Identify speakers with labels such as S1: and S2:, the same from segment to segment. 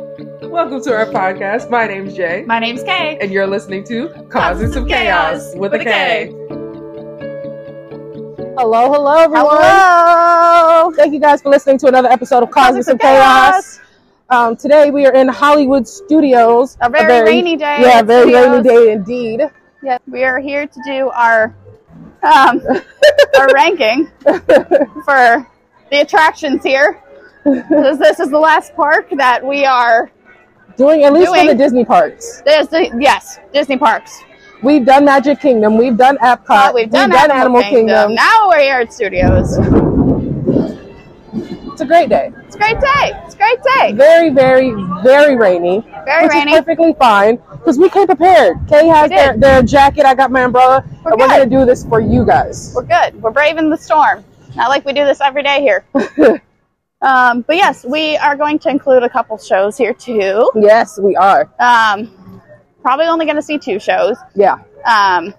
S1: Welcome to our podcast. My name's Jay,
S2: My name's Kay.
S1: and you're listening to Causes of Chaos with a K.
S3: Hello, hello, everyone.
S2: Hello.
S3: Thank you guys for listening to another episode of Causing
S2: Causes
S3: Some
S2: of Chaos.
S3: Chaos. Um, today we are in Hollywood Studios.
S2: A very, rainy day.
S3: Yeah,
S2: at
S3: very
S2: Studios.
S3: rainy day indeed.
S2: Yeah, we are here to do our um, our ranking for the attractions here. This, this is the last park that we are.
S3: Doing at least
S2: Doing.
S3: for the Disney parks.
S2: There's the yes, Disney parks.
S3: We've done Magic Kingdom. We've done Epcot.
S2: But Uh, Oh, we've done, Animal, Kingdom. Now we're here at Studios.
S3: It's a great day.
S2: It's a great day. It's a great day.
S3: Very, very, very rainy.
S2: Very
S3: which
S2: rainy.
S3: is perfectly fine because we came prepared. Kay has
S2: We
S3: their,
S2: did.
S3: their jacket. I got my umbrella,
S2: We're
S3: and we're
S2: good.
S3: gonna do this for you guys.
S2: We're good. We're braving the storm. Not like we do this every day here. um, but yes, we are going to include a couple shows here too.
S3: Yes, we are.
S2: Um, probably only going to see two shows.
S3: Yeah,
S2: Um,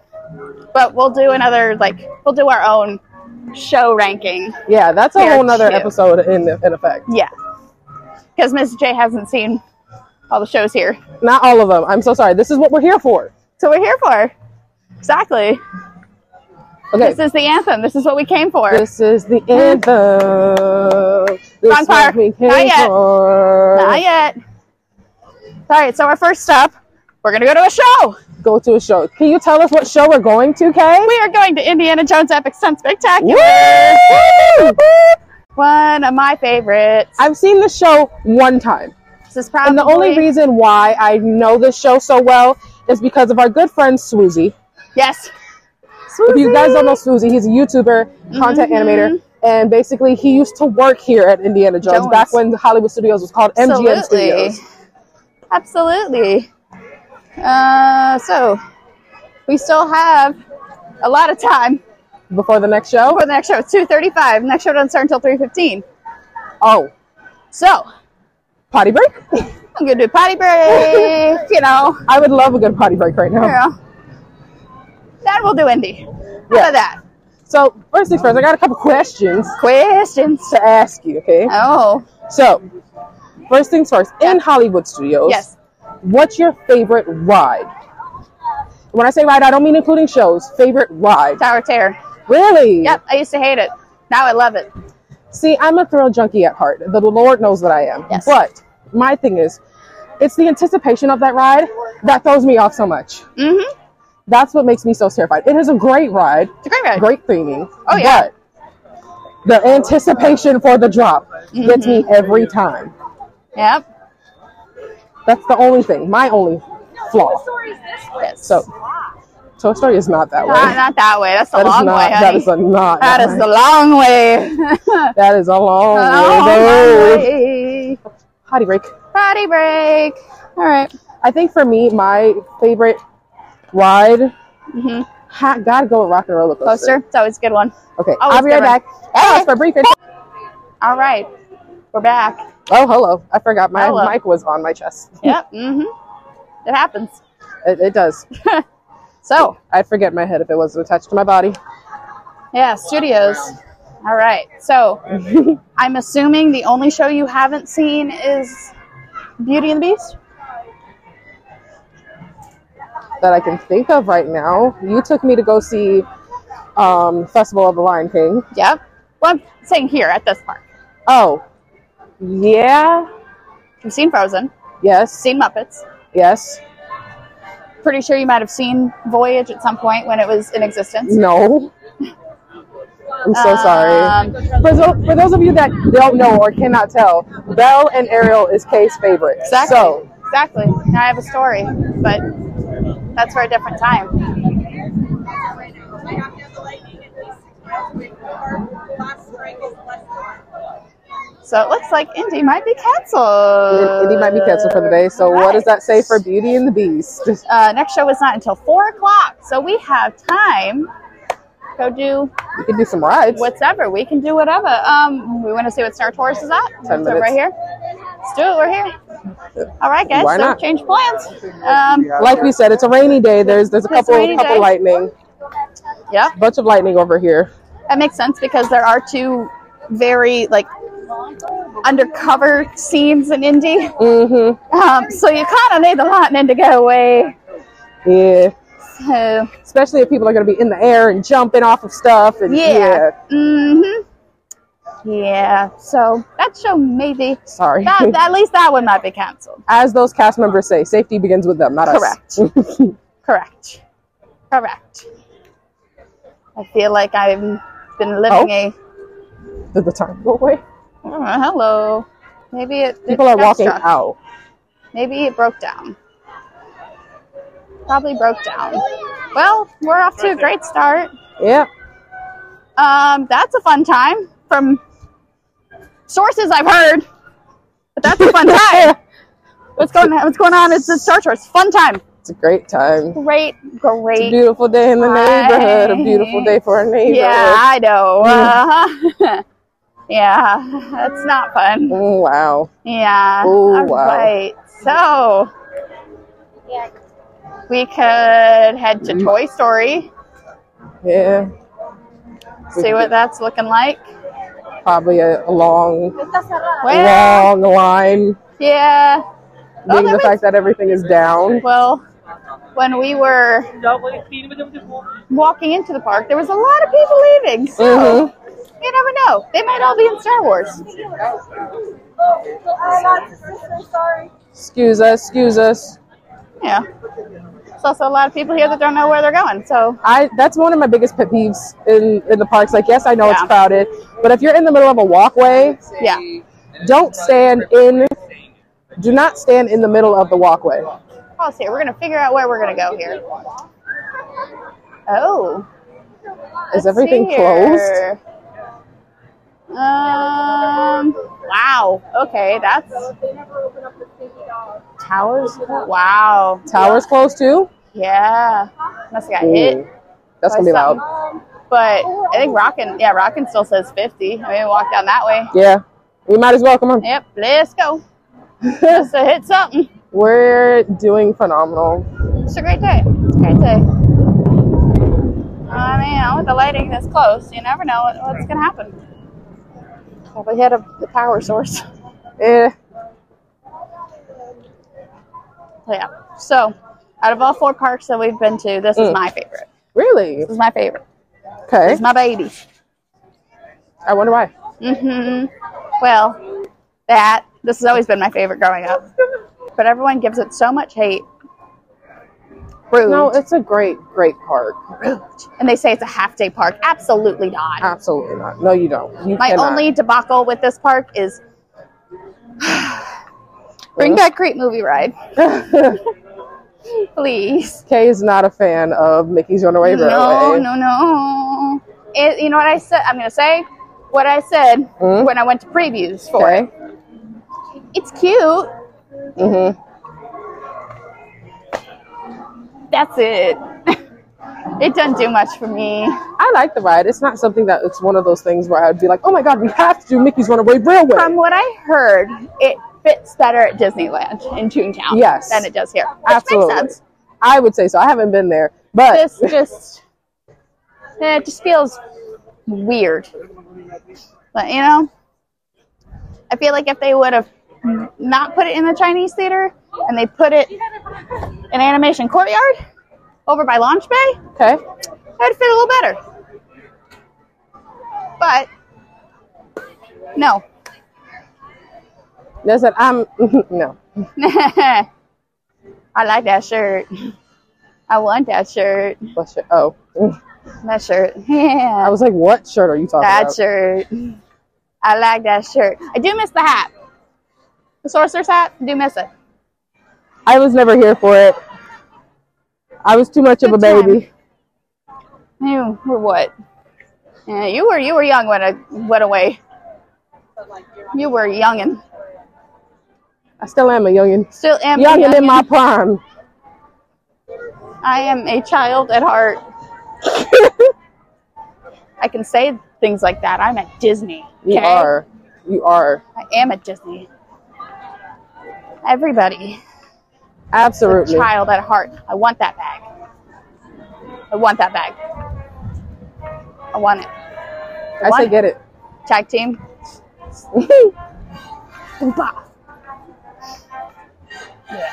S2: but we'll do another like we'll do our own show ranking.
S3: yeah. That's a
S2: We are
S3: whole nother
S2: two.
S3: episode in in effect.
S2: Yeah, because Ms. J hasn't seen all the shows here,
S3: Not all of them. I'm so sorry. This is what we're here for.
S2: so we're here for exactly.
S3: Okay.
S2: This is the anthem. This is what we came for.
S3: This is the anthem. This
S2: Wrong
S3: is what
S2: part.
S3: we came
S2: Not yet.
S3: for.
S2: Not yet. All right, so our first stop, we're gonna go to a show.
S3: Go to a show. Can you tell us what show we're going to, Kay?
S2: We are going to Indiana Jones Epic Sun Spectacular.
S3: Woo!
S2: One of my favorites.
S3: I've seen the show one time.
S2: This is probably
S3: And the only reason why I know this show so well is because of our good friend Swoozy.
S2: Yes.
S3: If you guys don't know
S2: Mm-hmm.
S3: Swoozy, he's a YouTuber, content
S2: Mhm.
S3: animator, and basically he used to work here at Indiana Jones,
S2: Jones.
S3: back when Hollywood Studios was called MGM
S2: Absolutely.
S3: Studios.
S2: Absolutely. Uh, so we still have a lot of time
S3: Before the next show?
S2: for the next show. It's two thirty-five. Next show doesn't start until three fifteen.
S3: Oh,
S2: So
S3: potty break?
S2: I'm gonna do a potty break. you know.
S3: I would love a good potty break right now.
S2: You know. Then we'll do Indy. How
S3: Yeah.
S2: about that?
S3: So first things first, I got a couple questions
S2: Questions.
S3: to ask you. Okay.
S2: Oh.
S3: So first things first, in Hollywood Studios,
S2: Yes.
S3: What's your favorite ride? When I say ride, I don't mean including shows. Favorite ride?
S2: Tower of Terror.
S3: Really?
S2: Yep, I used to hate it. Now I love it.
S3: See, I'm a thrill junkie at heart. The Lord knows that I am.
S2: Yes.
S3: But my thing is, it's the anticipation of that ride that throws me off so much.
S2: Mm-hmm.
S3: That's what makes me so terrified. It is a great ride,
S2: It's a great ride.
S3: great theming.
S2: Oh, yeah.
S3: But the anticipation for the drop gets me
S2: Mm-hmm.
S3: every time.
S2: Yep.
S3: That's the only thing, my only flaw.
S2: Yes.
S3: So, Toy Story is not that way.
S2: not, not that way. That's the
S3: That is
S2: long
S3: not.
S2: way,
S3: that
S2: honey.
S3: is a not.
S2: That is the long way. Oh,
S3: that is a long
S2: Long
S3: way. though.
S2: way.
S3: Potty break.
S2: Potty break. All right.
S3: I think for me, my favorite ride
S2: Mm-hmm.
S3: ha- gotta go with Rock and Roller
S2: Coaster.
S3: Coaster.
S2: It's always a good one.
S3: Okay,
S2: Oh,
S3: I'll
S2: it's
S3: be right back.
S2: different.
S3: Pause for a brief. inter-
S2: All right. We're back.
S3: Oh, hello. I forgot my
S2: Hello.
S3: mic was on my chest.
S2: Yep. Mm-hmm. It happens.
S3: It, it does.
S2: So,
S3: I'd forget my head if it wasn't attached to my body.
S2: yeah, studios. All right. So, I'm assuming the only show you haven't seen is Beauty and the Beast?
S3: that I can think of right now. You took me to go see um, Festival of the Lion King.
S2: Yep. Well, I'm saying here at this park.
S3: Oh, yeah,
S2: You've seen Frozen,
S3: yes,
S2: seen Muppets.
S3: yes,
S2: Pretty sure you might have seen Voyage at some point when it was in existence.
S3: no. I'm so sorry.
S2: Um,
S3: For, tho- for those of you that don't know or cannot tell, Belle and Ariel is Kay's favorite.
S2: exactly.
S3: So
S2: Exactly. Now I have a story, but that's for a different time. So it looks like Indy might be canceled.
S3: Indy might be canceled for the day. So what does that say for Beauty and the Beast?
S2: Uh, next show is not until four o'clock, so we have time. Go do
S3: You can do some rides.
S2: whatever. We can do whatever. Um, we want to see what Star Tours is at.
S3: Ten
S2: So
S3: minutes.
S2: right here. Let's do it. We're here. All right, guys.
S3: Why
S2: so
S3: not?
S2: change plans. Um,
S3: Like we said, it's a rainy day. There's there's a
S2: It's a
S3: couple
S2: rainy
S3: couple
S2: day.
S3: lightning,
S2: yeah,
S3: bunch of lightning over here.
S2: that makes sense because there are two very like undercover scenes in Indy.
S3: Mm-hmm.
S2: Um, so you kind of need the lightning to go away.
S3: Yeah.
S2: So,
S3: Especially if people are going to be in the air and jumping off of stuff. And,
S2: Yeah. hmm yeah. So that show maybe
S3: Sorry.
S2: that at least that one might be canceled.
S3: As those cast members say, safety begins with them, not us. Correct.
S2: Correct. Correct. I feel like I've been
S3: Oh.
S2: living a
S3: Did the time go away?
S2: oh, hello. Maybe it it
S3: People are
S2: got
S3: walking
S2: struck.
S3: out.
S2: Maybe it broke down. Probably broke down. Well, we're off to a great start.
S3: Yeah.
S2: Um, that's a fun time from sources I've heard. But that's a fun time. what's going on? What's going on? It's the Star Wars. Fun time.
S3: It's a great time.
S2: Great,
S3: It's a
S2: great.
S3: beautiful day in the
S2: Right.
S3: neighborhood. A beautiful day for our neighborhood.
S2: Yeah, I know. Uh-huh. yeah, that's not fun.
S3: Mm, wow.
S2: Yeah.
S3: Oh,
S2: All
S3: wow.
S2: right. So we could head to
S3: Mm-hmm.
S2: Toy Story,
S3: Yeah.
S2: see what that's looking like.
S3: Probably a, a long,
S2: Well,
S3: long line.
S2: yeah. Oh,
S3: Being
S2: there
S3: the
S2: is-
S3: fact that everything is down.
S2: Well, when we were walking into the park, there was a lot of people leaving. So
S3: Mhm.
S2: you never know. They might all be in Star Wars.
S3: Excuse us, excuse us.
S2: Yeah. There's also a lot of people here that don't know where they're going. So
S3: I that's one of my biggest pet peeves in, in the parks. Like, yes, I know it's
S2: Yeah.
S3: crowded, but if you're in the middle of a walkway,
S2: yeah.
S3: don't stand in do not stand in the middle of the walkway.
S2: Pause here. We're gonna figure out where we're gonna go here. Oh.
S3: Is
S2: let's
S3: everything
S2: see
S3: closed?
S2: here. Um. Wow. Okay. That's towers. Wow.
S3: Towers closed too?
S2: Yeah. Must have got hit.
S3: Ooh, that's gonna be
S2: by
S3: loud.
S2: something. But I think Rockin', yeah, Rockin' still says 50. I mean, walk down that way.
S3: Yeah. We might as well come on.
S2: Yep, let's go. Just to hit something.
S3: We're doing phenomenal.
S2: It's a great day. It's a great day. I mean, you know, with the lighting this close, you never know what, what's going to happen. Probably hit a, the power source.
S3: Eh.
S2: Yeah. So, out of all four parks that we've been to, this is
S3: Mm.
S2: my favorite.
S3: Really?
S2: This is my favorite.
S3: Okay.
S2: It's my baby.
S3: I wonder why.
S2: hmm Well, that this has always been my favorite growing up, but everyone gives it so much hate. Rude,
S3: No, it's a great, great park.
S2: and they say it's a half day park. Absolutely not.
S3: Absolutely not. No, you don't. You
S2: my
S3: cannot.
S2: only debacle with this park is bring back Great Movie Ride, please.
S3: Kay is not a fan of Mickey's Runaway
S2: no,
S3: Railway.
S2: no, no. It, you know what I said? I'm gonna say what I said
S3: Mm.
S2: when I went to previews for it.
S3: Okay.
S2: It's cute.
S3: Mm-hmm.
S2: That's it. it doesn't do much for me.
S3: I like the ride. It's not something that it's one of those things where I'd be like, oh my god, we have to do Mickey's Runaway Railway.
S2: From what I heard, it fits better at Disneyland in Toontown
S3: Yes.
S2: than it does here. Which
S3: Absolutely.
S2: makes sense.
S3: I would say so. I haven't been there, but
S2: This just eh, it just feels weird. But you know, I feel like if they would have not put it in the Chinese theater and they put it in animation courtyard over by launch bay,
S3: okay.
S2: it would fit a little better. But no,
S3: There's an I'm no.
S2: I like that shirt. I want that shirt.
S3: Bless you. Oh,
S2: That shirt.
S3: I
S2: Yeah.
S3: was like, what shirt are you talking
S2: That
S3: about?
S2: shirt. I like that shirt. I do miss the hat. The sorcerer's hat. I do miss it.
S3: I was never here for it. I was too much of a
S2: Good time.
S3: baby.
S2: You were what? Yeah, you were you were young when I went away. You were youngin.
S3: I still am a youngin.
S2: Still am a
S3: Youngin in my
S2: youngin.
S3: prime.
S2: I am a child at heart. I can say things like that. I'm at Disney.
S3: You
S2: okay?
S3: are. You are.
S2: I am at Disney. Everybody, a
S3: Absolutely.
S2: child at heart. I want that bag. I want that bag. I want it.
S3: I say get it.
S2: Tag team. Boom, bah. Yeah.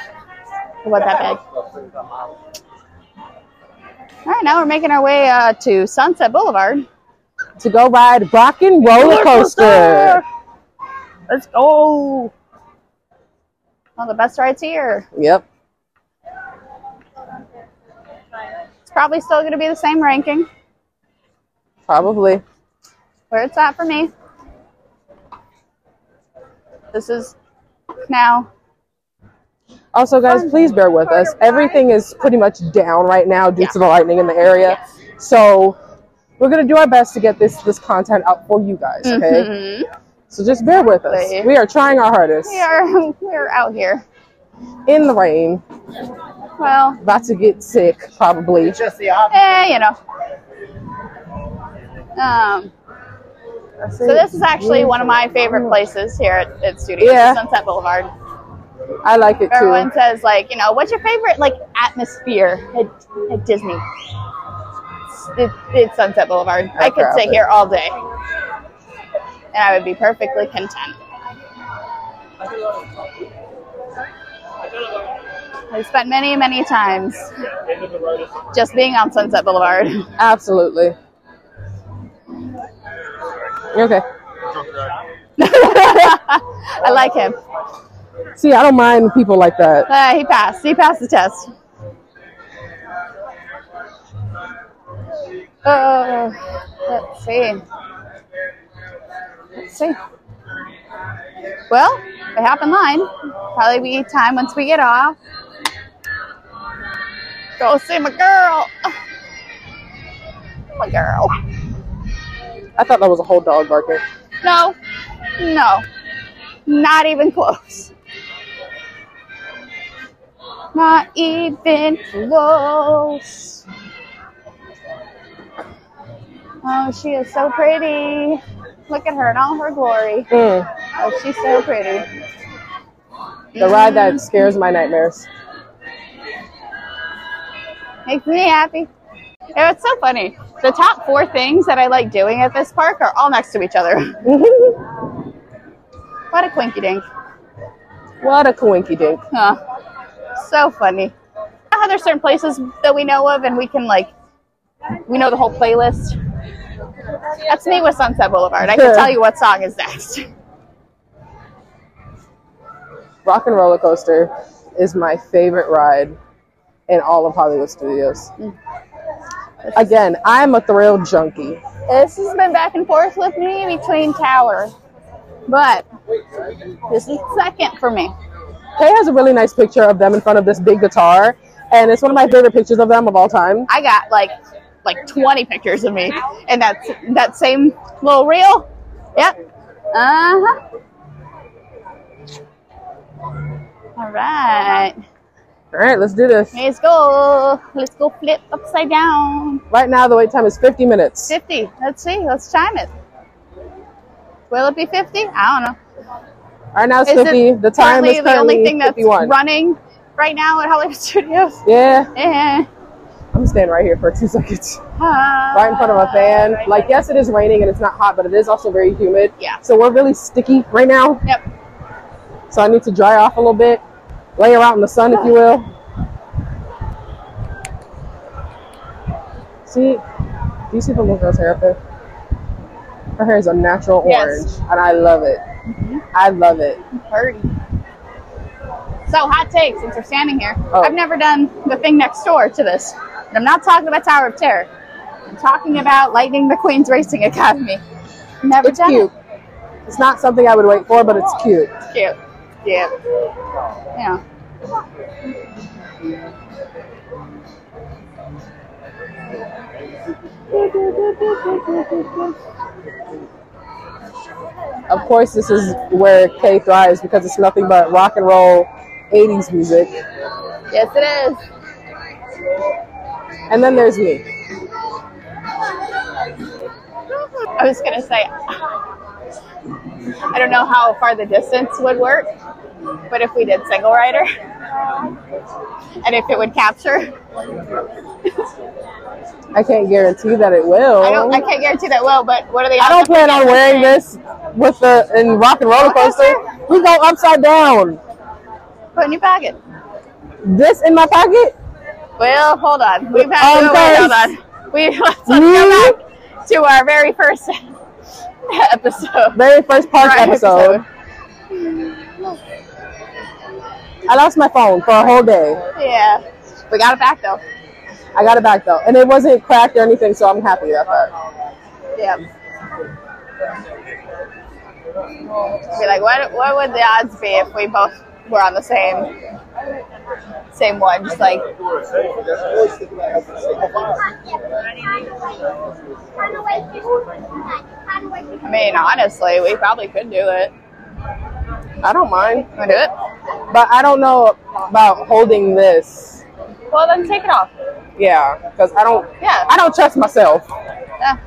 S2: What that bag? All right, now we're making our way uh, to Sunset Boulevard.
S3: to go ride rock and roller coaster.
S2: Let's go. One of the best rides here.
S3: Yep.
S2: It's probably still going to be the same ranking
S3: Probably.
S2: where it's at for me. This is now
S3: Also, guys, please bear with us. Everything is pretty much down right now due to the lightning in the area. So we're gonna do our best to get this this content out for you guys. Okay.
S2: Mhm.
S3: So just bear with us.
S2: Right.
S3: We are trying our hardest.
S2: We are we are out here.
S3: In the rain,
S2: Well,
S3: about to get sick probably.
S4: just the opposite.
S2: eh, you know. Um, so this is actually one of my favorite places here at, at Studio
S3: Yeah.
S2: Sunset Boulevard.
S3: I like it
S2: Everyone
S3: too.
S2: says like, you know, what's your favorite like atmosphere at, at Disney? It's, it, it's Sunset Boulevard. I could
S3: crap.
S2: sit here all day, and I would be perfectly content. I spent many, many times just being on Sunset Boulevard.
S3: Absolutely. You Okay.
S2: I like him.
S3: See, I don't mind people like that.
S2: Uh, he passed. He passed the test. Uh, let's see. Let's see. Well, we hop in line. Probably be time once we get off. Go see my girl. My girl.
S3: I thought that was a whole dog barking.
S2: No, no, not even close. Not even close. Oh, she is so pretty. Look at her in all her glory.
S3: Mm,
S2: Oh, she's so pretty.
S3: the ride that scares my nightmares.
S2: Makes me happy. Yeah, it's so funny. The top four things that I like doing at this park are all next to each other. What a quinky dink.
S3: what a coinky dink.
S2: Huh. So funny. How there's certain places that we know of and we can like we know the whole playlist. That's me with Sunset Boulevard. I can tell you what song is next.
S3: Rock and Roller Coaster is my favorite ride in all of Hollywood Studios.
S2: Mm.
S3: Again, I'm a thrill junkie.
S2: This has been back and forth with me between towers. But this is second for me.
S3: Kay has a really nice picture of them in front of this big guitar, and it's one of my favorite pictures of them of all time.
S2: I got like like 20 pictures of me and that's that same little reel. Yep. Uh-huh. All right.
S3: All right, let's do this.
S2: Let's go. Let's go flip upside down.
S3: Right now, the wait time is 50 minutes.
S2: 50. Let's see. Let's time it. Will it be 50? I don't know.
S3: Right now, it's
S2: Is it
S3: 50. The time is
S2: Currently, the only
S3: currently
S2: thing that's
S3: 51.
S2: running right now at Hollywood Studios.
S3: Yeah,
S2: Eh.
S3: I'm standing right here for two seconds,
S2: Right
S3: right in front of a fan. Like, yes, it is raining and it's not hot, but it is also very humid.
S2: Yeah.
S3: So we're really sticky right now.
S2: Yep.
S3: So I need to dry off a little bit, layer out in the sun, if you will. See, do you see the little girl's hair up there? Her hair is a natural
S2: Yes. Mm-hmm.
S3: orange, and I love it. I love it.
S2: Party. So, hot take since we're standing here.
S3: Oh.
S2: I've never done the thing next door to this. And I'm not talking about Tower of Terror. I'm talking about Lightning McQueen's Racing Academy. Never
S3: It's
S2: done it.
S3: cute. It's not something I would wait for, but it's cute.
S2: Cute. Cute. Yeah.
S3: Of course, this is where K thrives because it's nothing but rock and roll, 80s music.
S2: Yes, it is.
S3: And then there's me.
S2: I was gonna say, I don't know how far the distance would work, but if we did single rider, and if it would capture.
S3: I can't guarantee that it will.
S2: I don't. I can't guarantee that will. But what are they?
S3: I don't plan on wearing this with the in rock and roller coaster. We go upside down.
S2: Put in your pocket.
S3: This in my pocket?
S2: Well, hold on. We've had
S3: Um,
S2: to wait, hold
S3: guys.
S2: on. We let's, let's
S3: Mm-hmm.
S2: go back to our very first episode.
S3: Very first park
S2: Right,
S3: episode. I lost my phone for a whole day.
S2: Yeah, we got it back though.
S3: I got it back though, and it wasn't cracked or anything, so I'm happy about that.
S2: Yeah. Be like, what? What would the odds be if we both were on the same same one? Just like I mean, honestly, we probably could do it.
S3: I don't mind,
S2: Wanna do it?
S3: but I don't know about holding this.
S2: Well, then take it off.
S3: Yeah, because I don't.
S2: Yeah.
S3: I don't trust myself.
S2: Yeah.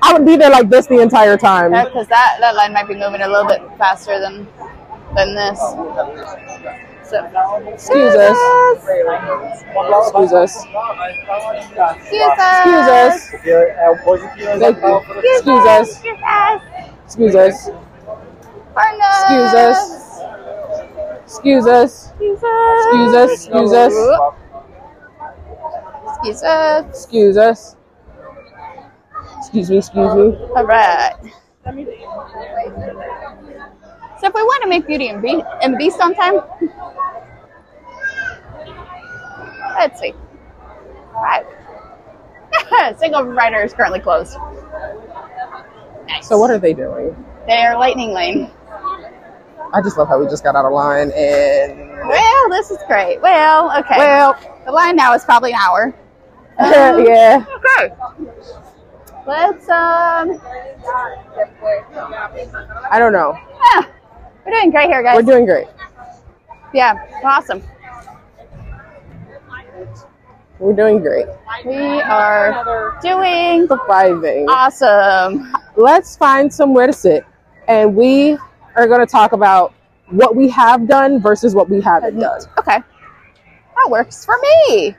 S3: I would be there like this the entire time.
S2: Because that, that line might be moving a little bit faster than than this. So,
S3: Excuse us. Excuse us.
S5: Um,
S2: excuse us.
S3: Excuse us. Thank you. Excuse us.
S2: Excuse us.
S3: Excuse us.
S2: Pardon us.
S3: Excuse us. Excuse us.
S2: Excuse us.
S3: Excuse us. Excuse us.
S2: Excuse
S3: Excuse
S2: us.
S3: us. Excuse me. Excuse me.
S2: All right. So if we want to make Beauty and Beast, and Beast on time, let's see. All right. Single rider is currently closed. Nice.
S3: So what are they doing?
S2: They are lightning lane.
S3: I just love how we just got out of line and
S2: Well, this is great. Well, okay.
S3: well,
S2: the line now is probably an hour.
S3: yeah.
S2: Okay. Let's um.
S3: I don't know.
S2: Yeah, we're doing great here, guys.
S3: We're doing great.
S2: yeah, awesome.
S3: We're doing great.
S2: We are doing
S3: Surviving.
S2: awesome.
S3: Let's find somewhere to sit, and we are going to talk about what we have done versus what we haven't done.
S2: Okay, that works for me.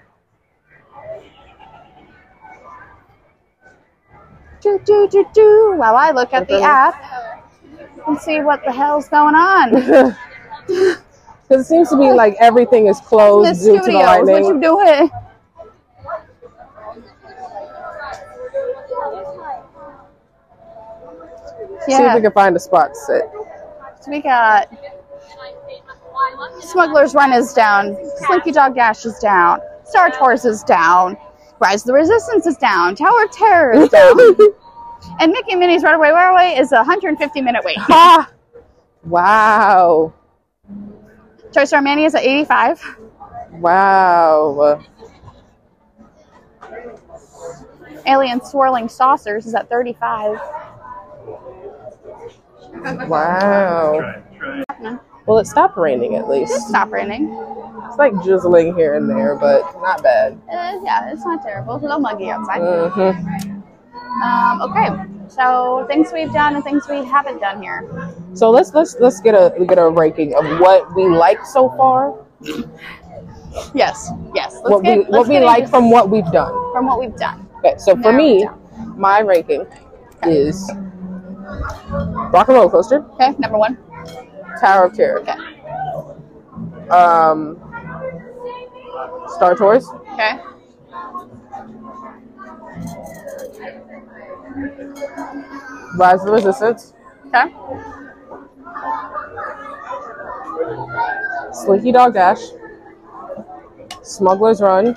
S2: Do do do do. While I look at the app and see what the hell's going on.
S3: Because it seems to be like everything is closed
S2: The
S3: due to the
S2: studios, what you
S3: lightning.
S2: doing?
S3: See if
S2: Yeah,
S3: we can find a spot to sit.
S2: we got Smuggler's Run is down. Slinky Dog Dash is down. Star Tours is down. Rise of the Resistance is down. Tower of Terror is down. and Mickey and Minnie's Runaway Railway is a 150 minute wait.
S3: ha! Wow.
S2: Toy Story Mania is at 85.
S3: Wow.
S2: Alien Swirling Saucers is at 35.
S3: Wow. Well, it stopped raining at
S2: It did
S3: least.
S2: stop raining.
S3: It's like drizzling here and there, but not bad.
S2: Uh, yeah, it's not terrible. It's a little muggy outside.
S3: hmm
S2: Um, okay, so things we've done and things we haven't done here.
S3: So let's let's let's get a get a ranking of what we like so far,
S2: Yes, yes. Let's
S3: what
S2: get,
S3: we
S2: let's
S3: what we
S2: get
S3: like
S2: into-
S3: from what we've done.
S2: from what we've done.
S3: Okay, so for
S2: Narrow it
S3: me, my ranking is Rock and Roller Coaster,
S2: Okay, number one.
S3: Tower of Terror,
S2: Okay,
S3: um, Star Tours,
S2: okay.
S3: Rise of the Resistance,
S2: Okay.
S3: Slinky Dog Dash, Smuggler's Run.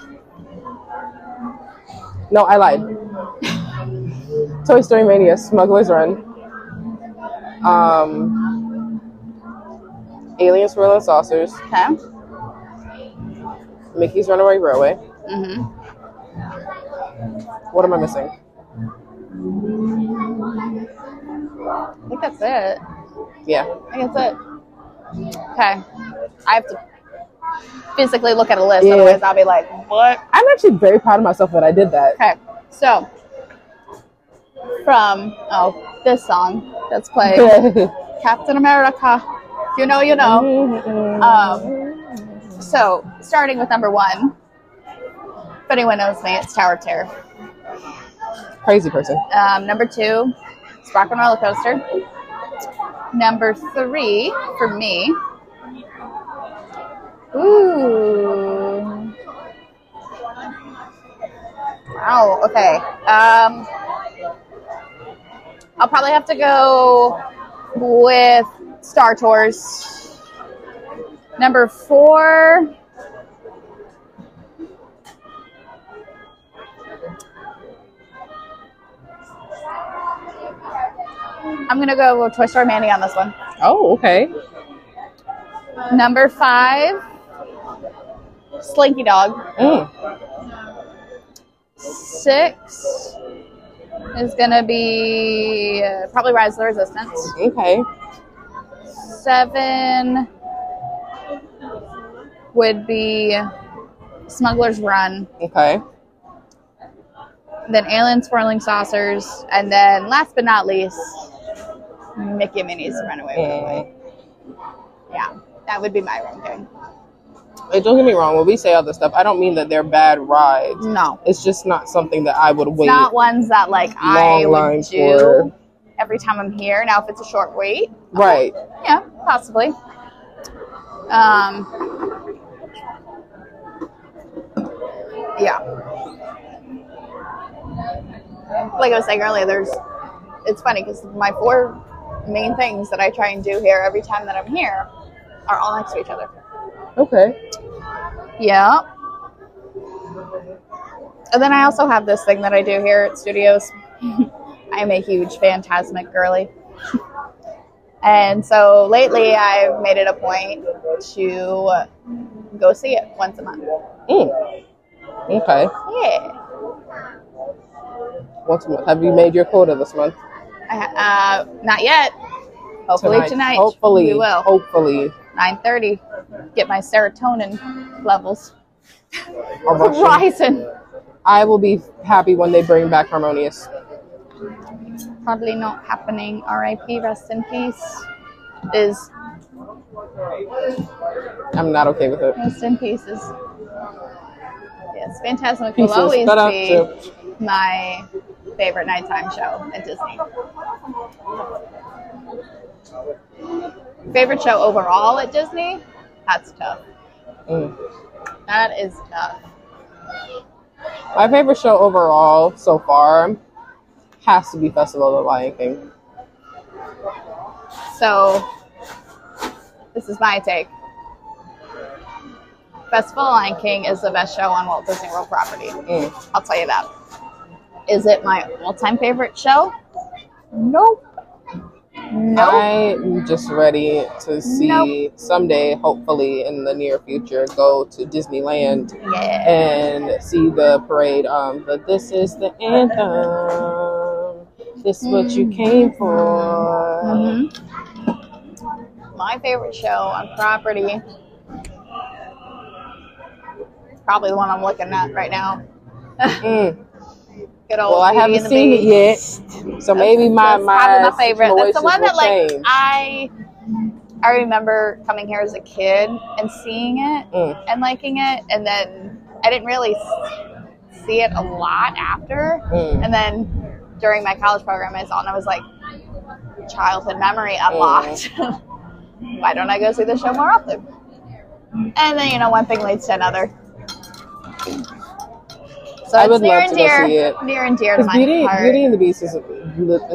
S3: No, I lied. Toy Story Mania, Smuggler's Run. Um, Alien Swirling Saucers,
S2: Okay.
S3: Mickey's Runaway Railway.
S2: Mm-hmm.
S3: What am I missing?
S2: I think that's it.
S3: Yeah.
S2: I think that's it. Okay. I have to physically look at a list,
S3: Yeah.
S2: otherwise I'll be like, what?
S3: I'm actually very proud of myself that I did that.
S2: Okay. So from oh, this song that's playing Captain America. You know, you know. Um, So, starting with number one, if anyone knows me, it's Tower of Terror.
S3: Crazy person.
S2: Um, number two, it's Rock and Roller Coaster. Number three, for me,
S3: Oh,
S2: ooh. Wow, okay. Um, I'll probably have to go with Star Tours. Number four. I'm gonna go with Toy Story Manny on this one.
S3: Oh, okay.
S2: Number five, Slinky Dog.
S3: Mm.
S2: Six is gonna be uh, probably Rise of the Resistance.
S3: Okay.
S2: Seven would be Smuggler's Run,
S3: Okay.
S2: then Alien Swirling Saucers, and then last but not least, Mickey and Minnie's Runaway Railway.
S3: Mm.
S2: Yeah, that would be my ranking.
S3: Hey, don't get me wrong. When we say all this stuff, I don't mean that they're bad rides.
S2: No,
S3: It's just not something that I would
S2: it's
S3: wait.
S2: not ones that like
S3: Long
S2: I
S3: line
S2: would do
S3: for-
S2: every time I'm here. Now, if it's a short wait,
S3: right.
S2: Yeah, possibly. Um, yeah. Like I was saying earlier, there's. It's funny because my four main things that I try and do here every time that I'm here are all next to each other.
S3: Okay.
S2: Yeah. And then I also have this thing that I do here at Studios. I'm a huge Fantasmic girly. and so lately I've made it a point to go see it once a month.
S3: Mm. Okay.
S2: Yeah.
S3: Once a month. Have you made your quota this month?
S2: I, uh, not yet. Hopefully tonight.
S3: Hopefully.
S2: We will.
S3: Hopefully.
S2: 9.30. Get my serotonin levels
S3: A Russian.
S2: rising.
S3: I will be happy when they bring back Harmonious.
S2: Probably not happening. RIP, rest in peace. Is
S3: I'm not okay with it.
S2: Rest in pieces. Yes, Phantasmic will
S3: Pieces.
S2: always
S3: Shout out
S2: be
S3: to-
S2: my favorite nighttime show at Disney. Favorite show overall at Disney? That's tough.
S3: Mm.
S2: That is tough.
S3: My favorite show overall so far has to be Festival of the Lion King.
S2: So, this is my take. Festival of Lion King is the best show on Walt Disney World property.
S3: Mm.
S2: I'll tell you that. Is it my all-time favorite show? Nope. Nope.
S3: I'm just ready to see
S2: Nope.
S3: someday, hopefully in the near future, go to Disneyland
S2: yeah.
S3: and see the parade. Um, but this is the anthem. This is what
S2: Mm.
S3: you came for.
S2: hmm My favorite show on property. It's probably the one I'm looking at right now.
S3: Mm.
S2: Good old
S3: Well, I
S2: Beauty
S3: haven't
S2: and the
S3: seen it
S2: Beast.
S3: yet, so maybe my
S2: That's
S3: my,
S2: probably my favorite. That's the
S3: situations
S2: one
S3: will
S2: that like
S3: change.
S2: I I remember coming here as a kid and seeing it
S3: Mm.
S2: and liking it, and then I didn't really s- see it a lot after.
S3: Mm.
S2: And then during my college program, I saw it and I was like, childhood memory unlocked.
S3: Mm.
S2: Why don't I go see the show more often? And then, you know, one thing leads to another. So
S3: I
S2: it's
S3: would
S2: near
S3: love
S2: and
S3: to go
S2: dear,
S3: see it.
S2: near and dear to
S3: Because
S2: my
S3: Beauty,
S2: heart.
S3: Beauty and the Beast is a,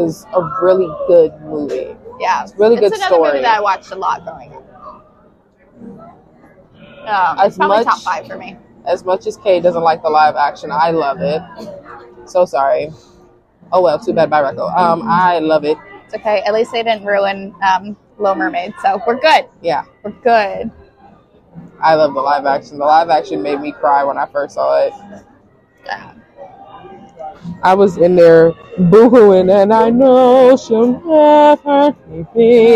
S3: is a really good movie.
S2: yeah, it's
S3: really good
S2: It's another
S3: story.
S2: movie that I watched a lot growing up. Um,
S3: As
S2: it's probably
S3: much-
S2: top five for me.
S3: As much as Kay doesn't like the live action, I love it. So sorry. Oh well, too bad. Bye, Rocco. Um, I love it.
S2: It's okay. At least they didn't ruin um, Little Mermaid, so we're good.
S3: Yeah,
S2: We're good.
S3: I love the live action. The live action made me cry when I first saw it.
S2: Yeah.
S3: I was in there boohooing, and I know she'll never leave me.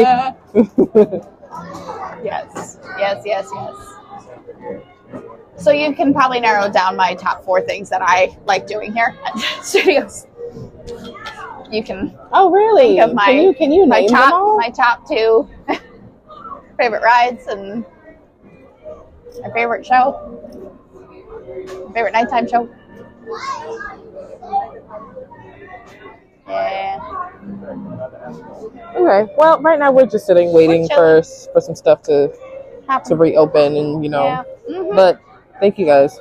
S2: Yes, yes, yes, yes. So you can probably narrow down my top four things that I like doing here at studios. You can
S3: oh really?
S2: Think of my-
S3: can you can you
S2: my
S3: name
S2: top
S3: them all?
S2: my top two favorite rides and Our favorite show. Favorite nighttime show. Yeah.
S3: Okay. Well, right now we're just sitting waiting for
S2: We're chilling.
S3: for some stuff to to
S2: Happen.
S3: reopen and you know.
S2: Yeah. Mhm.
S3: But thank you guys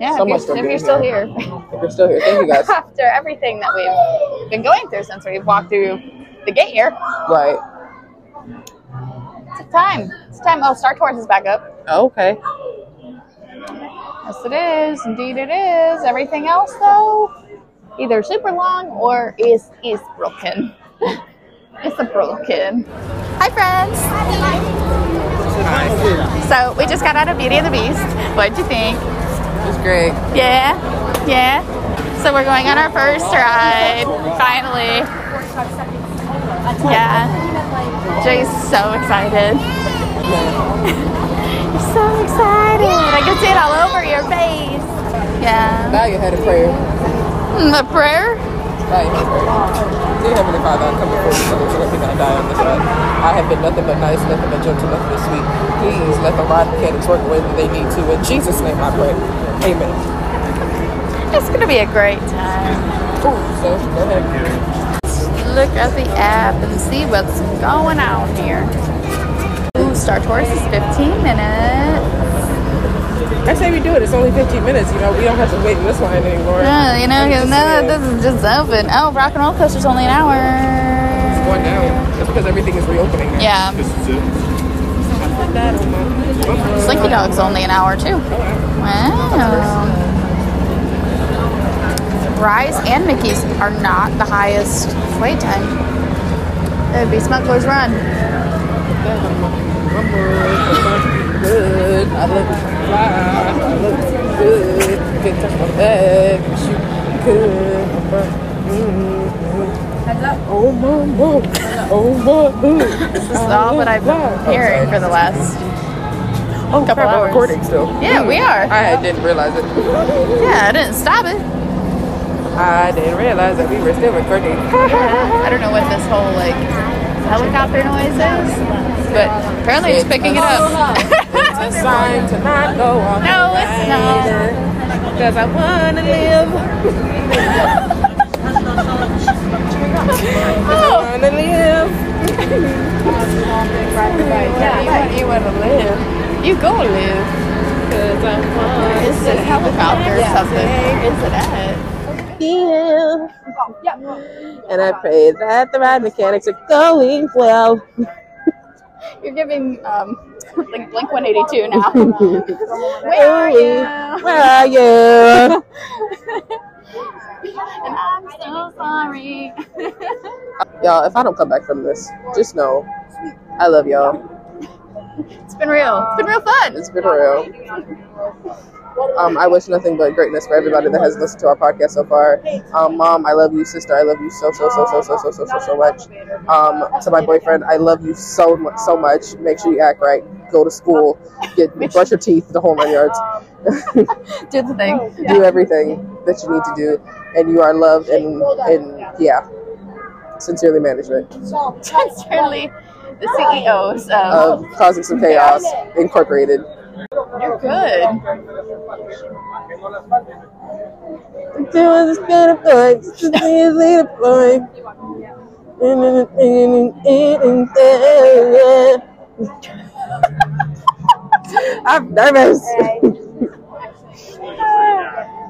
S2: yeah,
S3: so
S2: if you're,
S3: much for
S2: if
S3: being
S2: you're still here.
S3: if you're still here. Thank you guys.
S2: After everything that we've been going through since we've walked through the gate here,
S3: right.
S2: it's time. It's time. Oh, Star Tours is back up.
S3: Okay.
S2: Yes, it is. Indeed, it is. Everything else, though, either super long or is is broken. it's a broken. Hi, friends. So we just got out of Beauty and the Beast. What'd you think?
S3: It's great.
S2: Yeah, yeah. So we're going on our first ride finally. Yeah, Jay's so excited. You're so excited. I can see it all over your face. Yeah.
S3: Now you had a prayer.
S2: Mm, The prayer?
S3: Right. Dear Heavenly Father, I come before you to let me not die on this ride. I have been nothing but nice, nothing but gentle, nothing but sweet. Please let the ride mechanics work the way that they need to. In Jesus' name I pray. Amen.
S2: It's gonna be a great time.
S3: Ooh, so go ahead.
S2: Look at the app and see what's going on here. Ooh, Star Tours is 15 minutes.
S3: I say we do it. It's only 15 minutes. You know, we don't have to wait in this line anymore.
S2: Oh, you know, because
S3: It's
S2: none of
S3: weird.
S2: this is just open. Oh, Rock and Roll Coaster's only an hour.
S3: It's going down. That's because everything is reopening now.
S2: Yeah, Slinky Dog's only an hour too. Wow. Rise and Mickey's are not the highest wait time. It would be Smuggler's Run.
S3: Good. I look fly. I look good. Can't touch my back. Wish you could. Oh my god. Oh my god. This
S2: This is all that I've been hearing for the last.
S3: oh,
S2: couple
S3: crap, I'm
S2: hours.
S3: recording still.
S2: Yeah, we are.
S3: I didn't realize it.
S2: Yeah, I didn't stop it.
S3: I didn't realize that we were still recording.
S2: I don't know what this whole like helicopter noise is, but apparently it's picking it up.
S3: It's time to not go on.
S2: No, it's not.
S3: Because I want to live.
S2: Oh.
S3: want to live.
S2: Yeah, you want to live. You go live.
S3: Because I want
S2: Is it a helicopter or something? Is it at?
S3: you. And I pray that the ride mechanics are going well.
S2: You're giving um like Blink 182 now. Where are you?
S3: Where are you?
S2: And I'm so sorry.
S3: y'all, if I don't come back from this, just know I love y'all.
S2: It's been real. It's been real fun.
S3: It's been real. Um, I wish nothing but greatness for everybody that has listened to our podcast so far. Um, Mom, I love you. Sister, I love you so, so, so, so, so, so, so, so, so much. Um, to my boyfriend, I love you so, mu- so much. Make sure you act right. Go to school. Get brush your teeth. The whole nine yards.
S2: Do the thing.
S3: do everything that you need to do and you are loved and and yeah sincerely management
S2: Sincerely, the E CEOs of
S3: of Um, causing some chaos incorporated
S2: You're Good.
S3: this boy just be a little boy I'm nervous.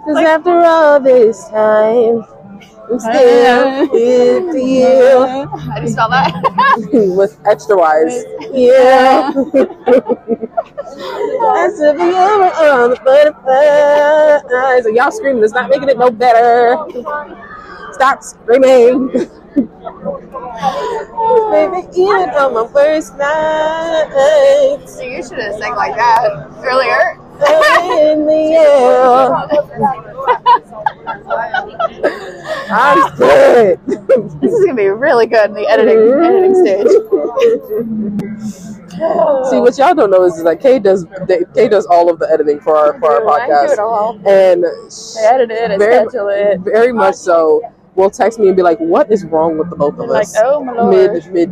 S3: Cause after all this time, I'm still with you.
S2: How do you spell that?
S3: with extra wise. Yeah. As if you were on the butterflies. And y'all screaming is not making it no better. Stop screaming. Baby, even on my first night,
S2: so you should have sang like that earlier.
S3: in the air, I'm good.
S2: This is gonna be really good in the editing
S3: Mm-hmm.
S2: editing stage.
S3: See, what y'all don't know is like Kay does Kay does all of the editing for our for our podcast, and she-
S4: I edit it, I
S3: Very-
S4: schedule it.
S3: very much so will text me and be like, "What is wrong with the both of
S4: Like,
S3: us?"
S4: oh my lord.
S3: mid mid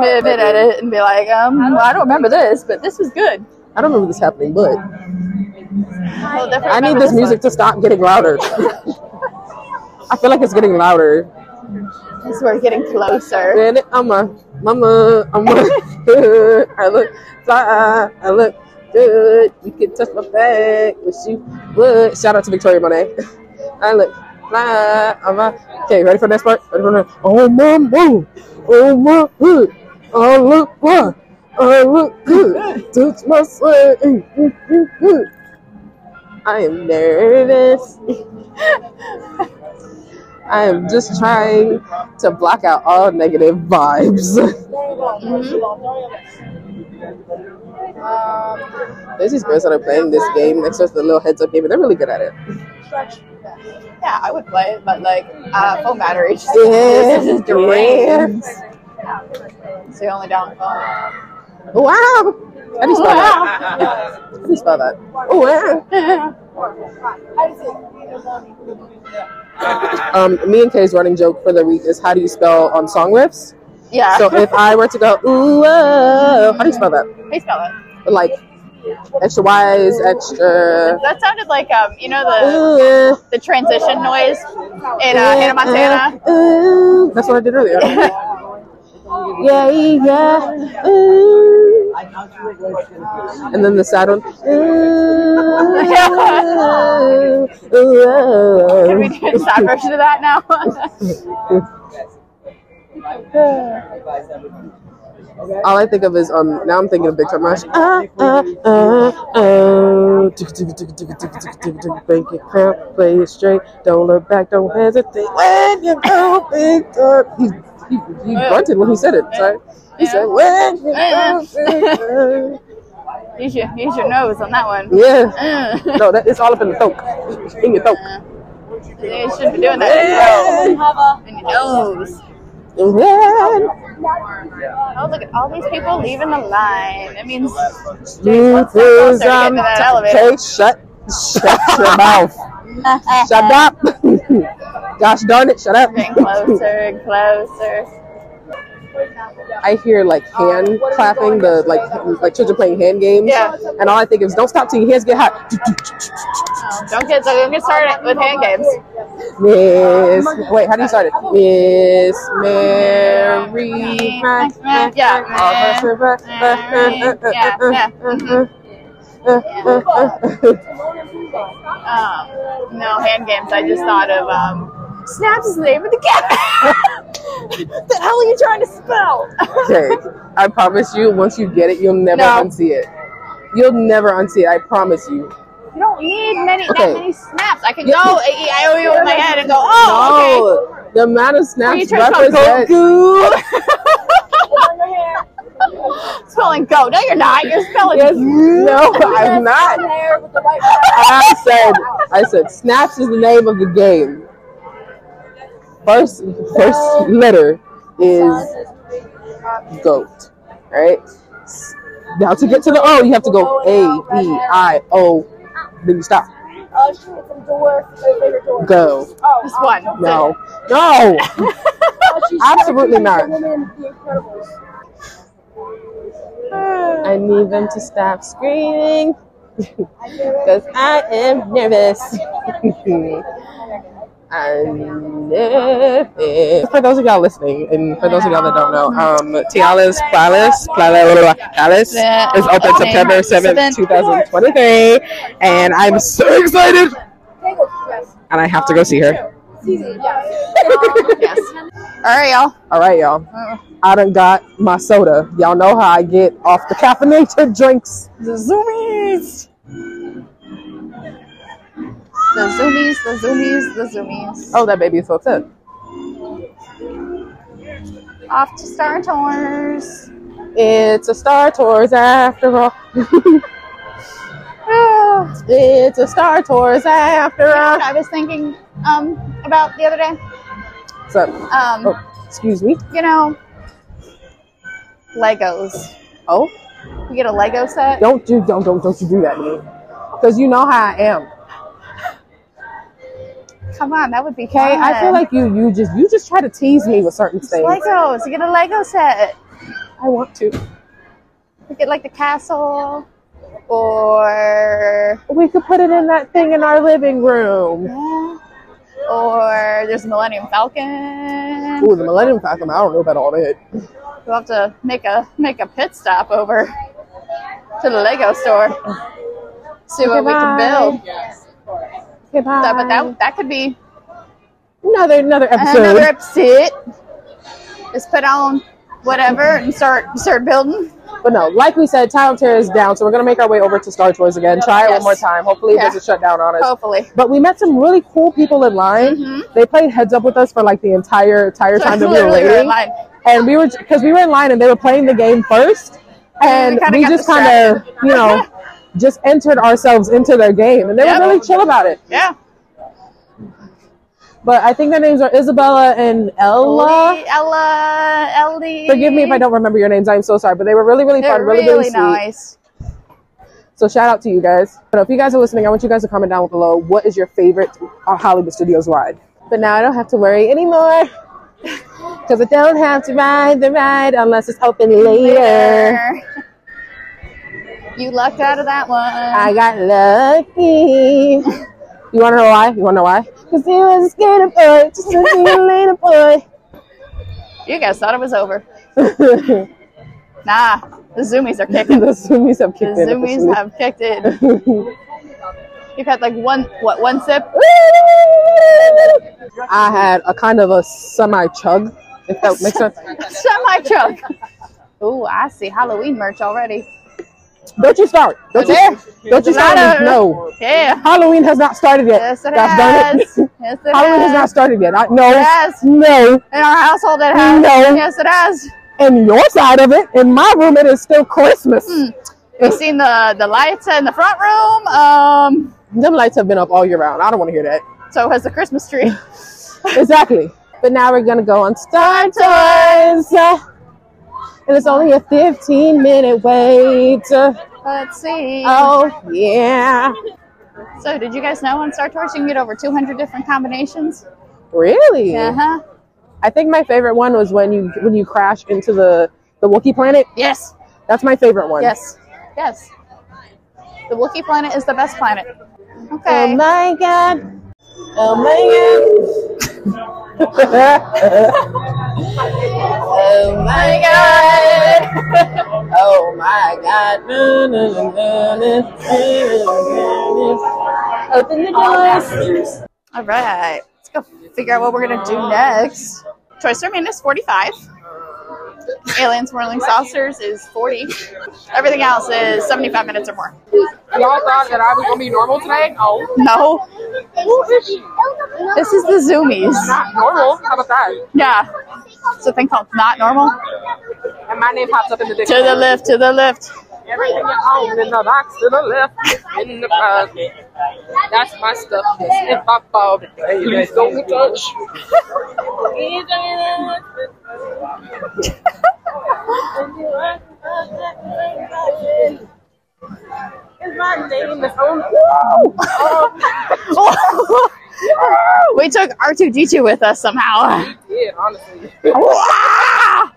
S2: Mid edit and be like, um, well, I don't remember this, but this was good.
S3: I don't remember this happening, but
S2: Well, different
S3: I need
S2: from
S3: this music to stop getting louder. I feel like it's getting louder.
S2: one, 'cause we're getting closer.
S3: Then I'm a mama. I'm a good. I look fly. I look good. You can touch my back. Wish you would. Shout out to Victoria Monet. I look fly. I'm a. Okay, ready for the next part? Ready for the next? Oh my move. Oh my good. I look fly. I look good. Touch my sweat. I am nervous. I am just trying to block out all negative vibes. Um, There's these girls that are playing this game next to us, the little heads up game, and they're really good at it.
S2: Yeah, I would play it, but like uh, phone battery. Just,
S3: Yeah,
S2: This is dreams. It's the only downfall.
S3: Wow! How do you spell that? How do you spell that? Oh, wow! Um, me and Kay's running joke for the week is how do you spell um, song riffs?
S2: Yeah.
S3: So if I were to go, ooh, whoa, how do you spell that?
S2: Hey, spell it.
S3: Like, extra Y's, extra.
S2: That sounded like um, you know
S3: Ooh,
S2: the
S3: uh,
S2: the transition noise in uh, Hannah Montana.
S3: Uh, uh, that's what I did earlier. yeah, yeah. ooh. And then the sad one. ooh, ooh.
S2: Can we do a sad version of that now?
S3: All I think of is um. Now I'm thinking of Big Time Rush. Ah ah ah oh. Ticka, ticka, ticka, ticka, ticka, ticka, ticka, ticka. Bank it crown, play it straight. Don't look back, don't hesitate. When you go big time, he, he, he grunted when he said it. Sorry, he said when you go big time.
S2: use your use your nose on that one.
S3: Yeah.
S2: Mm.
S3: No, that it's all up in the throat. In your throat.
S2: you shouldn't be doing that. in your throat. In your nose.
S3: When
S2: Oh, look at all these people leaving the line. That means
S3: you
S2: step closer to
S3: lose,
S2: get
S3: um,
S2: to that elevator.
S3: okay, shut, shut your mouth. Shut up. Gosh darn it, shut up.
S2: we're getting closer and closer.
S3: I hear like
S2: Oh,
S3: hand clapping, the like like children playing hand games.
S2: Yeah.
S3: And all I think is don't stop till your hands get hot.
S2: Don't get don't get started with hand games.
S3: Miss wait, how do you start it? Miss Mary Frank.
S2: Yeah. Um, no hand games. I just thought of um, Snaps is the name of the cat. the hell are you trying to spell?
S3: Okay. I promise you, once you get it, you'll never
S2: No.
S3: unsee it. You'll never unsee it. I promise you.
S2: you don't need many
S3: Okay.
S2: that many snaps. I can go I, I owe you with my head and go. Oh, okay.
S3: No, the amount of snaps
S2: trying to spell
S3: represent.
S2: Spelling go. No, you're not. You're spelling.
S3: Yes. No, I'm not. I said, I said, snaps is the name of the game. First, first letter is goat, right? S- Now to get to the O, you have to go A E I O, then you stop.
S4: Oh, shoot, it's some door. Wait, wait, wait, door.
S3: Go.
S4: Oh,
S2: Just
S4: um,
S2: one.
S3: No, no.
S4: oh, she's
S3: Absolutely not.
S4: trying to be the woman in The Incredibles.
S3: I need them to stop screaming because I am nervous. I'm nervous. For those of y'all listening, and for those of y'all that don't know, um, Tiala's Playlist, Playlist is open September 7th, 2023, and I'm so excited,
S4: Tangled, yes.
S3: and I have to go see her.
S4: Season, yes.
S2: yes. All right, y'all.
S3: All right, y'all. I done got my soda. Y'all know how I get off the caffeinated drinks.
S2: The zoomies. The zoomies. The zoomies. The zoomies.
S3: Oh, that baby is so upset.
S2: Off to Star Tours.
S3: It's a Star Tours after all. it's a Star Tours after
S2: You know
S3: all.
S2: what I was thinking um, about the other day?
S3: What's up?
S2: Um,
S3: Oh. Excuse me.
S2: You know, Legos.
S3: Oh,
S2: You get a Lego set.
S3: don't you don't don't don't you do that to me? Because you know how I am.
S2: Come on, that would be
S3: Okay,
S2: fun.
S3: I feel like you you just you just try to tease me with certain things.
S2: Legos. You get a Lego set.
S3: I want to.
S2: You get like the castle. or
S3: We could put it in that thing in our living room.
S2: yeah, or there's a Millennium Falcon.
S4: Ooh, the Millennium Falcon. I don't know about all that.
S2: We'll have to make a make a pit stop over to the Lego store. See what we can
S3: Goodbye.
S2: build.
S3: Goodbye.
S2: That- but that that could be
S3: another another episode.
S2: another episode. Just put on whatever and start start building.
S3: But no, like we said, Town Terror is down, so we're gonna make our way over to Star Tours again. Try it
S2: Yes.
S3: one more time. Hopefully,
S2: Yeah. Oh.
S3: it doesn't shut down on us.
S2: Hopefully.
S3: But we met some really cool people in line.
S2: Mhm.
S3: They played heads up with us for like the entire entire
S2: So
S3: time that we were
S2: literally we're
S3: waiting,
S2: in line.
S3: and we were because we were in line and they were playing the game first, and
S2: And we kinda
S3: we,
S2: got
S3: just kind of you know just entered ourselves into their game, and they
S2: Yep.
S3: were really chill about it.
S2: Yeah.
S3: But I think their names are Isabella and Ella.
S2: Lee, Ella, Ellie.
S3: Forgive me if I don't remember your names. I'm so sorry, but they were really, really
S2: They're
S3: fun, really, really sweet.
S2: nice.
S3: So shout out to you guys. But if you guys are listening, I want you guys to comment down below what is your favorite uh, Hollywood Studios ride. But now I don't have to worry anymore because I don't have to ride the ride unless it's open later.
S2: You lucked out of that one.
S3: I got lucky. You want to know why? You want to know why? Because he was a skater boy, just a skater boy.
S2: you guys thought it was over. Nah, the zoomies are kicking.
S3: the zoomies have
S2: The
S3: kicked in.
S2: zoomies have kicked in. You've had like one, what, one sip?
S3: I had a kind of a semi chug, if that makes sense.
S2: Semi truck. Ooh, I see Halloween merch already.
S3: Don't you start. Don't you,
S2: There.
S3: don't you start.
S2: There's a lot
S3: with- No.
S2: Yeah.
S3: Halloween has not started yet.
S2: Yes, it
S3: Gosh darn it.
S2: has. Yes, it
S3: Halloween has not
S2: has.
S3: started yet. I, no.
S2: It has.
S3: No.
S2: In our household, it has.
S3: No.
S2: Yes, it has.
S3: In your side of it, in my room, it is still Christmas.
S2: We've seen the the lights in the front room. Um,
S3: Them lights have been up all year round. I don't want to hear that.
S2: so has the Christmas tree.
S3: Exactly. But now we're going to go on Star Tours. And it's only a 15 minute wait.
S2: Let's see.
S3: Oh, yeah.
S2: So, did you guys know on Star Tours you can get over 200 different combinations?
S3: Really?
S2: Uh huh.
S3: I think my favorite one was when you when you crash into the the Wookiee planet.
S2: Yes.
S3: That's my favorite one.
S2: Yes. Yes. The Wookiee planet is the best planet.
S3: Oh
S2: Okay.
S3: my god. Oh my god. oh my god. Oh my god. Na, na, na, na, na, na, na, na. Open the doors.
S2: All right. Let's go figure out what we're gonna do next. Choice Remain is 45. Aliens Whirling Saucers is 40. Everything else is 75 minutes or more.
S4: Y'all thought that I was gonna be normal today? No,
S2: No. This is the Zoomies.
S4: not normal. How about that?
S2: Yeah. It's a thing called Not Normal.
S4: And my name pops up in the
S2: To the left, to the left.
S4: Everything is on in the box to the left, in the pocket. That's my stuff. That's in my pocket. Please don't touch.
S3: Oh,
S2: we took R2D2 with us somehow.
S4: Yeah, honestly.
S6: Oh,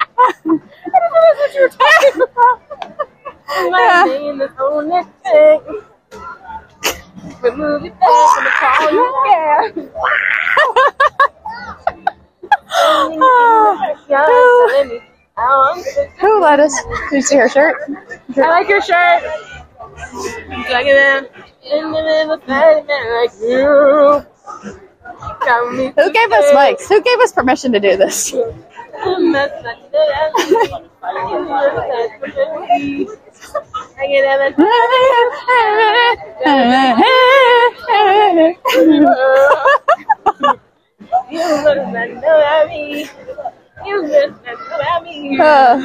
S4: Remove it back from the car. Yeah.
S2: Who let us? Did you see her shirt?
S4: I like your shirt. Check it out. In the middle of the night, man, like you. Tell me
S2: Who gave us
S4: today.
S2: mics? Who gave us permission to do this? Uh,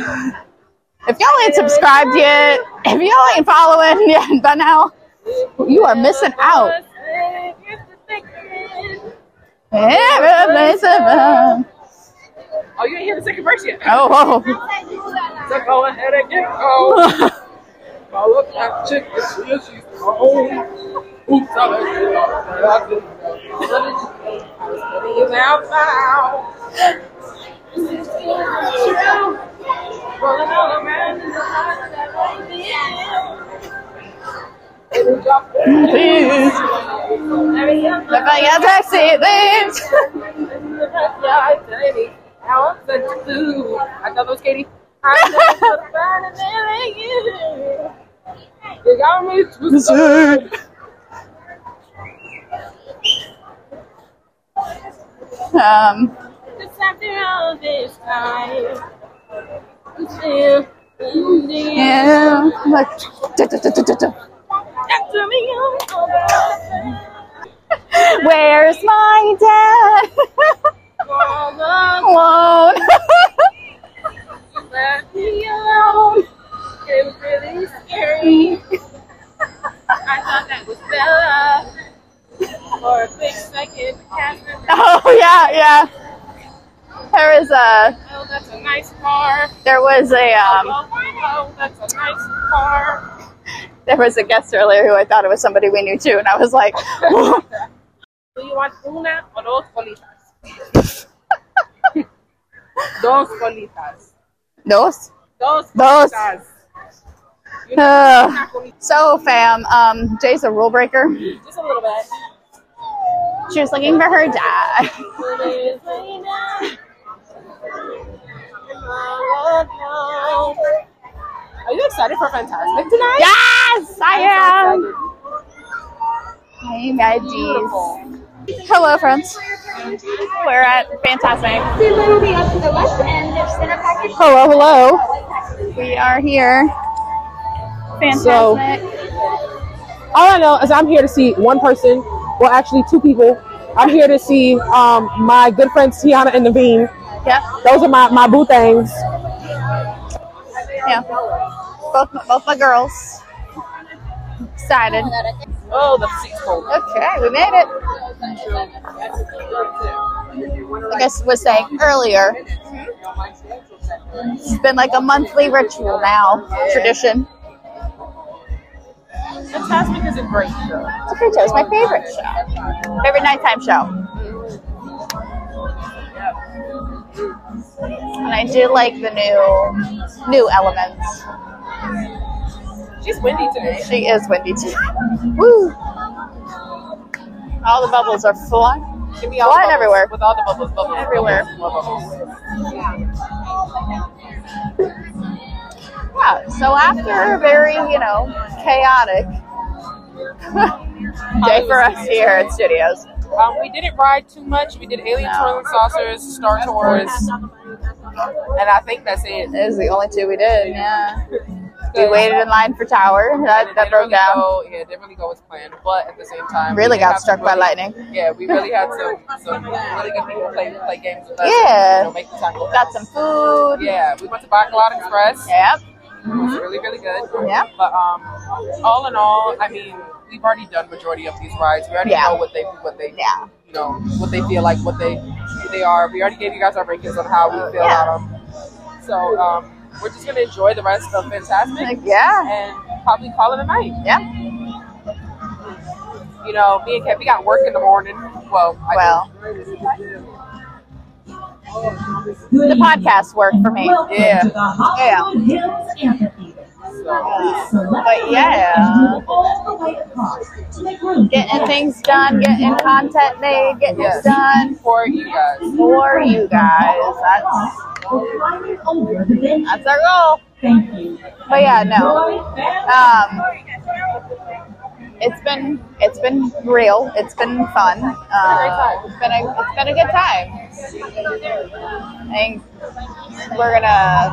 S2: if y'all ain't subscribed yet, if y'all ain't following yet by now, you are missing out. Oh,
S4: Oh, you ain't hear the second verse yet.
S2: oh.
S4: So go ahead and get cold. Call up that chick and see if she's home. Oops, I let you know. It's out now. Rolling all around in the heart of that
S2: Please. Look like a taxi, please.
S5: I thought that was Katie. I never found a man like you. You got me twisted.
S2: Um,
S5: It's after all this time. I'm still in the end.
S2: yeah. Like, duh, duh, duh, duh, duh, duh.
S5: After me, you're over.
S2: Where's my dad? Oh,
S5: For the
S2: Alone.
S5: left me alone. It's really scary. I thought that was Bella. For a quick second, Catherine.
S2: oh yeah, yeah. There was a
S5: Oh, that's a nice car.
S2: there was a um,
S5: oh, oh, that's a nice car.
S2: there was a guest earlier who I thought it was somebody we knew too, and I was like,
S5: Do you want una o dos colitas? dos colitas.
S2: Dos.
S5: Dos
S2: Dos.
S5: colitas. You know,
S2: Ugh.
S5: una colita.
S2: So, fam, um, Jay's a rule breaker.
S5: just a little bit.
S2: She was looking for her dad.
S5: Are you excited for Fantastic tonight?
S2: Yes, I am.
S5: I'm so excited.
S2: Hey, my
S5: Beautiful.
S2: G's. Hello, friends. We're at Fantastic.
S7: It'll be up to the left and there's center package.
S6: Hello, hello.
S2: We are here. Fantastic.
S6: So- All I know is I'm here to see one person, well, actually two people. I'm here to see um, my good friends Tiana and Naveen.
S2: yep.
S6: Those are my, my boo things.
S2: Yeah. Both both my girls. Excited.
S5: Oh, the seat's cold.
S2: Okay, we made it. Like I s- was saying earlier, it's been like a monthly ritual now, tradition.
S5: Fantastic is a great show.
S2: It's a great show. It's my favorite show. Favorite nighttime show. And I do like the new new elements.
S5: She's windy today.
S2: She is windy too. Woo! All the bubbles are flying.
S5: Give me all
S2: Flying
S5: the bubbles.
S2: everywhere.
S5: With all the bubbles, bubbles.
S2: Everywhere.
S5: Bubbles, bubbles.
S2: Yeah, so after a very, you know, chaotic day for us here at Studios.
S5: Um, we didn't ride too much. We did Alien Twirling Saucers, Star Tours, and I think that's it.
S2: It was the only two we did, yeah. We waited in line for Tower.
S5: And
S2: That,
S5: it
S2: that
S5: didn't
S2: broke
S5: really
S2: down.
S5: Go, yeah, it didn't really go as planned, but at the same time, we
S2: Really
S5: did
S2: got
S5: have
S2: struck
S5: some
S2: by
S5: really-
S2: lightning.
S5: Yeah, we really had some, some really good people play play games with us.
S2: Yeah.
S5: you know, make the tackle.
S2: Got some food.
S5: Yeah, we went to Bacalhau Express.
S2: Yep.
S5: It was really, really good.
S2: Mm-hmm. Yeah.
S5: But um, all in all, I mean, we've already done majority of these rides. We already
S2: Yeah.
S5: know what they, what they,
S2: Yeah.
S5: you know, what they feel like, what they, who they are. We already gave you guys our rankings on how we feel
S2: Yeah.
S5: about them. So um, we're just gonna enjoy the rest of Fantastic
S2: Like, yeah.
S5: and probably call it a night.
S2: Yeah.
S5: You know, me and Kat, we got work in the morning. Well, I
S2: Well, the podcast worked for me.
S5: do. yeah.
S2: Yeah.
S8: Hills Amphitheater.
S2: But yeah.
S8: All the way across to make room.
S2: Getting things done, getting content made, getting it done
S5: For you guys.
S2: for you guys. That's,
S8: We're climbing over the bench.
S2: that's our goal.
S8: Thank you.
S2: But yeah, no.
S8: Enjoy.
S2: um, it's been it's been real. It's been fun. Uh, it's been a it's been a good time. I think we're gonna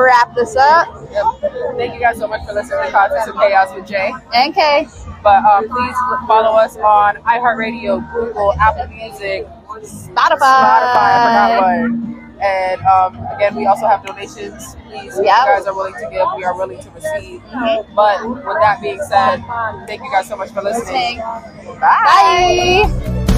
S2: wrap this up.
S5: Yep. Thank you guys so much for listening to Cosmos and Chaos with Jay.
S2: Okay.
S5: But um, please follow us on iHeartRadio, Google, Apple Music,
S2: Spotify.
S5: Spotify, I forgot one. And um, again, we also have donations. Please, if you
S2: Yep.
S5: guys are willing to give, we are willing to receive. But with that being said, thank you guys so much for listening.
S2: Bye.